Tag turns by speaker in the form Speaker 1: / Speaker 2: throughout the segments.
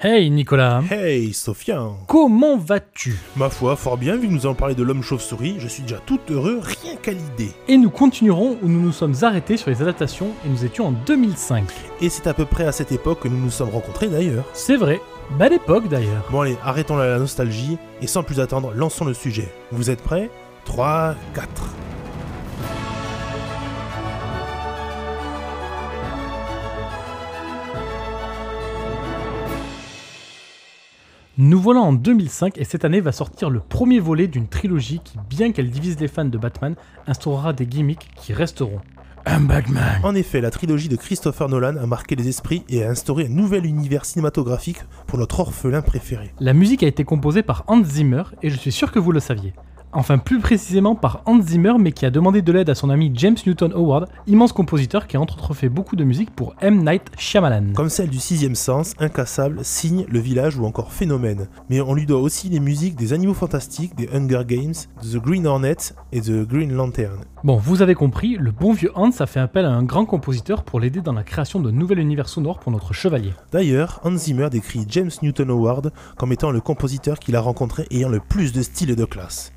Speaker 1: Hey Nicolas,
Speaker 2: Hey, Sofian
Speaker 1: comment vas-tu
Speaker 2: Ma foi, fort bien, vu que nous allons parler de l'homme chauve-souris, je suis déjà tout heureux rien qu'à l'idée.
Speaker 1: Et nous continuerons où nous nous sommes arrêtés sur les adaptations et nous étions en 2005.
Speaker 2: Et c'est à peu près à cette époque que nous nous sommes rencontrés d'ailleurs.
Speaker 1: C'est vrai, belle époque d'ailleurs.
Speaker 2: Bon allez, arrêtons la la nostalgie, et sans plus attendre, lançons le sujet. Vous êtes prêts 3, 4...
Speaker 1: Nous voilà en 2005 et cette année va sortir le premier volet d'une trilogie qui, bien qu'elle divise les fans de Batman, instaurera des gimmicks qui resteront. Un Batman
Speaker 2: En effet, la trilogie de Christopher Nolan a marqué les esprits et a instauré un nouvel univers cinématographique pour notre orphelin préféré.
Speaker 1: La musique a été composée par Hans Zimmer et je suis sûr que vous le saviez. Enfin plus précisément par Hans Zimmer mais qui a demandé de l'aide à son ami James Newton Howard, immense compositeur qui a entre autres fait beaucoup de musique pour M. Night Shyamalan.
Speaker 2: Comme celle du sixième sens, Incassable, Signe, Le Village ou encore Phénomène. Mais on lui doit aussi les musiques des Animaux Fantastiques, des Hunger Games, de The Green Hornet et The Green Lantern.
Speaker 1: Bon, vous avez compris, le bon vieux Hans a fait appel à un grand compositeur pour l'aider dans la création de nouvel univers sonore pour notre chevalier.
Speaker 2: D'ailleurs, Hans Zimmer décrit James Newton Howard comme étant le compositeur qu'il a rencontré ayant le plus de style et de classe.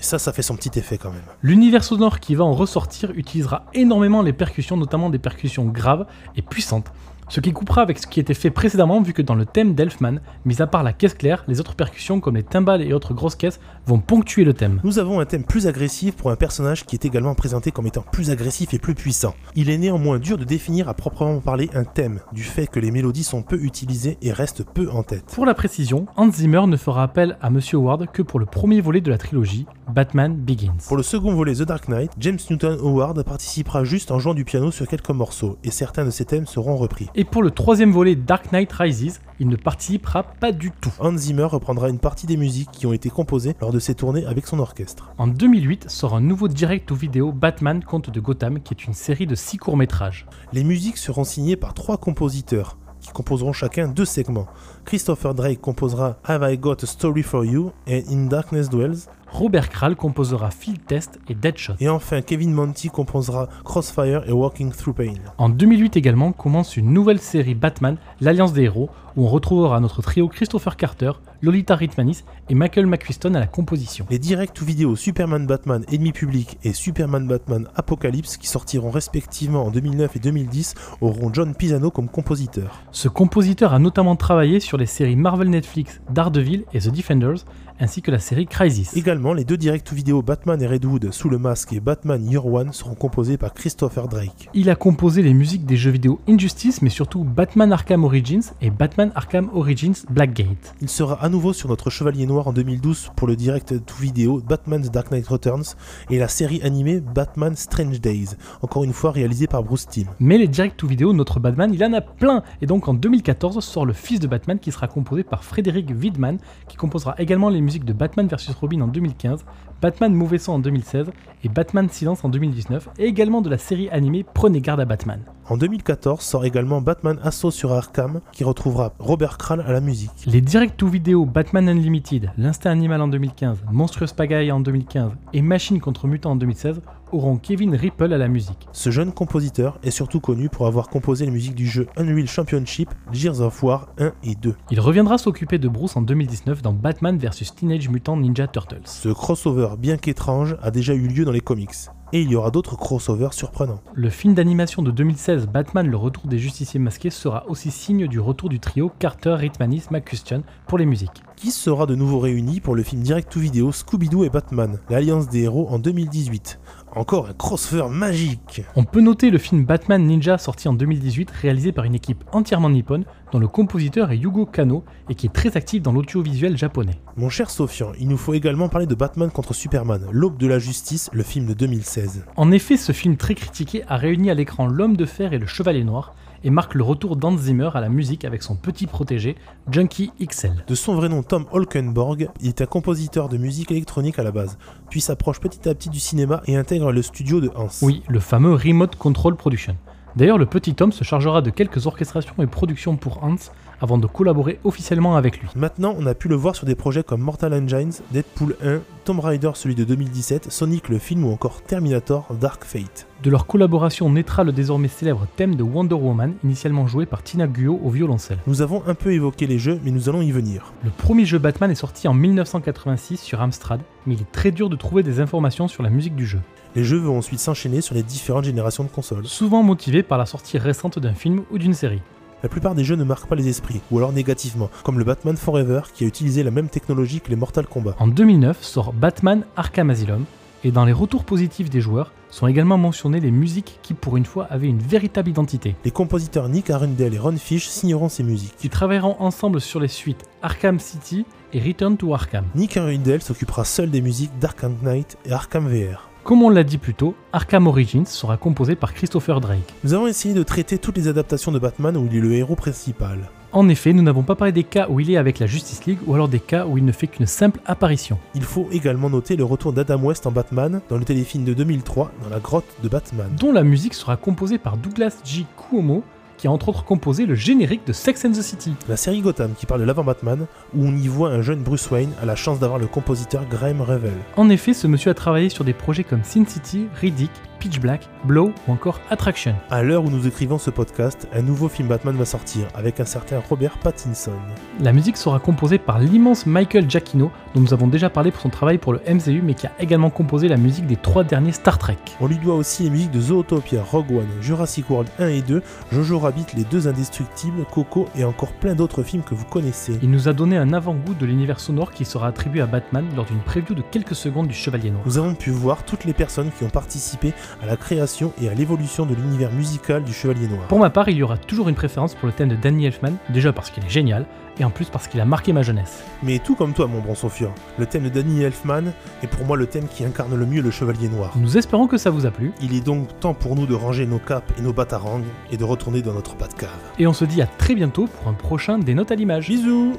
Speaker 2: Et ça, ça fait son petit effet quand même.
Speaker 1: L'univers sonore qui va en ressortir utilisera énormément les percussions, notamment des percussions graves et puissantes, ce qui coupera avec ce qui était fait précédemment vu que dans le thème d'Elfman, mis à part la caisse claire, les autres percussions comme les timbales et autres grosses caisses vont ponctuer le thème.
Speaker 2: Nous avons un thème plus agressif pour un personnage qui est également présenté comme étant plus agressif et plus puissant. Il est néanmoins dur de définir à proprement parler un thème, du fait que les mélodies sont peu utilisées et restent peu en tête.
Speaker 1: Pour la précision, Hans Zimmer ne fera appel à Monsieur Howard que pour le premier volet de la trilogie, Batman Begins.
Speaker 2: Pour le second volet The Dark Knight, James Newton Howard participera juste en jouant du piano sur quelques morceaux, et certains de ses thèmes seront repris.
Speaker 1: Et pour le troisième volet Dark Knight Rises, il ne participera pas du tout.
Speaker 2: Hans Zimmer reprendra une partie des musiques qui ont été composées lors de ses tournées avec son orchestre.
Speaker 1: En 2008 sort un nouveau direct ou vidéo Batman Conte de Gotham qui est une série de 6 courts-métrages.
Speaker 2: Les musiques seront signées par trois compositeurs qui composeront chacun deux segments. Christopher Drake composera Have I Got a Story for You et In Darkness Dwells,
Speaker 1: Robert Kral composera Field Test et Deadshot.
Speaker 2: et enfin Kevin Monty composera Crossfire et Walking Through Pain.
Speaker 1: En 2008 également commence une nouvelle série Batman, l'Alliance des héros, où on retrouvera notre trio Christopher Carter, Lolita Ritmanis et Michael McQuiston à la composition.
Speaker 2: Les directs ou vidéos Superman Batman Ennemi Public et Superman Batman Apocalypse, qui sortiront respectivement en 2009 et 2010, auront John Pisano comme compositeur.
Speaker 1: Ce compositeur a notamment travaillé sur les séries Marvel Netflix, Daredevil et The Defenders, ainsi que la série Crisis.
Speaker 2: Également, les deux directs ou vidéos Batman et Redwood sous le masque et Batman Year One seront composés par Christopher Drake.
Speaker 1: Il a composé les musiques des jeux vidéo Injustice, mais surtout Batman Arkham Origins et Batman Arkham Origins Blackgate.
Speaker 2: Il sera à nouveau sur notre Chevalier Noir en 2012 pour le direct ou vidéo Batman The Dark Knight Returns et la série animée Batman Strange Days, encore une fois réalisée par Bruce Timm.
Speaker 1: Mais les directs ou vidéo, notre Batman, il en a plein Et donc en 2014 sort Le Fils de Batman qui sera composé par Frédéric Widman, qui composera également les musiques de Batman vs Robin en 2015, Batman Mauvais Sang en 2016 et Batman Silence en 2019, et également de la série animée Prenez garde à Batman.
Speaker 2: En 2014 sort également Batman Assaut sur Arkham, qui retrouvera Robert Crane à la musique.
Speaker 1: Les directs ou vidéo Batman Unlimited, L'Instinct Animal en 2015, Monstrueuse Pagaille en 2015 et Machine contre Mutant en 2016 auront Kevin Ripple à la musique.
Speaker 2: Ce jeune compositeur est surtout connu pour avoir composé les musiques du jeu Unreal Championship, Gears of War 1 et 2.
Speaker 1: Il reviendra s'occuper de Bruce en 2019 dans Batman vs Teenage Mutant Ninja Turtles.
Speaker 2: Ce crossover, bien qu'étrange, a déjà eu lieu dans les comics. Et il y aura d'autres crossovers surprenants.
Speaker 1: Le film d'animation de 2016 Batman le retour des justiciers masqués sera aussi signe du retour du trio Carter, Ritmanis, McCustion pour les musiques.
Speaker 2: Qui sera de nouveau réuni pour le film direct ou vidéo Scooby-Doo et Batman, l'alliance des héros en 2018 Encore un crossover magique
Speaker 1: On peut noter le film Batman Ninja sorti en 2018 réalisé par une équipe entièrement nippone dont le compositeur est Yugo Kano et qui est très actif dans l'audiovisuel japonais.
Speaker 2: Mon cher Sofian, il nous faut également parler de Batman contre Superman, l'aube de la justice, le film de 2016.
Speaker 1: En effet, ce film très critiqué a réuni à l'écran l'homme de fer et le chevalier noir et marque le retour d'Hans Zimmer à la musique avec son petit protégé, Junkie XL.
Speaker 2: De son vrai nom Tom Holkenborg, il est un compositeur de musique électronique à la base, puis s'approche petit à petit du cinéma et intègre le studio de Hans.
Speaker 1: Oui, le fameux Remote Control Production. D'ailleurs, le petit homme se chargera de quelques orchestrations et productions pour Hans, avant de collaborer officiellement avec lui.
Speaker 2: Maintenant, on a pu le voir sur des projets comme Mortal Engines, Deadpool 1, Tomb Raider celui de 2017, Sonic le film ou encore Terminator Dark Fate.
Speaker 1: De leur collaboration naîtra le désormais célèbre thème de Wonder Woman, initialement joué par Tina Guo au violoncelle.
Speaker 2: Nous avons un peu évoqué les jeux, mais nous allons y venir.
Speaker 1: Le premier jeu Batman est sorti en 1986 sur Amstrad, mais il est très dur de trouver des informations sur la musique du jeu.
Speaker 2: Les jeux vont ensuite s'enchaîner sur les différentes générations de consoles.
Speaker 1: souvent motivé par la sortie récente d'un film ou d'une série.
Speaker 2: La plupart des jeux ne marquent pas les esprits, ou alors négativement, comme le Batman Forever qui a utilisé la même technologie que les Mortal Kombat.
Speaker 1: En 2009 sort Batman Arkham Asylum, et dans les retours positifs des joueurs sont également mentionnées les musiques qui pour une fois avaient une véritable identité.
Speaker 2: Les compositeurs Nick Arundel et Ron Fish signeront ces musiques.
Speaker 1: Ils travailleront ensemble sur les suites Arkham City et Return to Arkham.
Speaker 2: Nick Arundel s'occupera seul des musiques d'Arkham Knight et Arkham VR.
Speaker 1: Comme on l'a dit plus tôt, Arkham Origins sera composé par Christopher Drake.
Speaker 2: Nous avons essayé de traiter toutes les adaptations de Batman où il est le héros principal.
Speaker 1: En effet, nous n'avons pas parlé des cas où il est avec la Justice League ou alors des cas où il ne fait qu'une simple apparition.
Speaker 2: Il faut également noter le retour d'Adam West en Batman dans le téléfilm de 2003 dans la grotte de Batman.
Speaker 1: dont la musique sera composée par Douglas J. Cuomo, qui a entre autres composé le générique de Sex and the City.
Speaker 2: La série Gotham qui parle de l'avant Batman où on y voit un jeune Bruce Wayne à la chance d'avoir le compositeur Graham Revell.
Speaker 1: En effet, ce monsieur a travaillé sur des projets comme Sin City, Riddick, Pitch Black, Blow ou encore Attraction.
Speaker 2: À l'heure où nous écrivons ce podcast, un nouveau film Batman va sortir avec un certain Robert Pattinson.
Speaker 1: La musique sera composée par l'immense Michael Giacchino, dont nous avons déjà parlé pour son travail pour le MCU, mais qui a également composé la musique des trois derniers Star Trek.
Speaker 2: On lui doit aussi les musiques de Zootopia, Rogue One, Jurassic World 1 et 2, Jojo Rabbit, Les Deux Indestructibles, Coco et encore plein d'autres films que vous connaissez.
Speaker 1: Il nous a donné un avant-goût de l'univers sonore qui sera attribué à Batman lors d'une preview de quelques secondes du Chevalier Noir.
Speaker 2: Nous avons pu voir toutes les personnes qui ont participé à la création et à l'évolution de l'univers musical du Chevalier Noir.
Speaker 1: Pour ma part, il y aura toujours une préférence pour le thème de Danny Elfman, déjà parce qu'il est génial, et en plus parce qu'il a marqué ma jeunesse.
Speaker 2: Mais tout comme toi, mon bon Sophia, le thème de Danny Elfman est pour moi le thème qui incarne le mieux le Chevalier Noir.
Speaker 1: Nous espérons que ça vous a plu,
Speaker 2: Il est donc temps pour nous de ranger nos capes et nos batarangs et de retourner dans notre pas de cave.
Speaker 1: et on se dit à très bientôt pour un prochain Des Notes à l'image.
Speaker 2: Bisous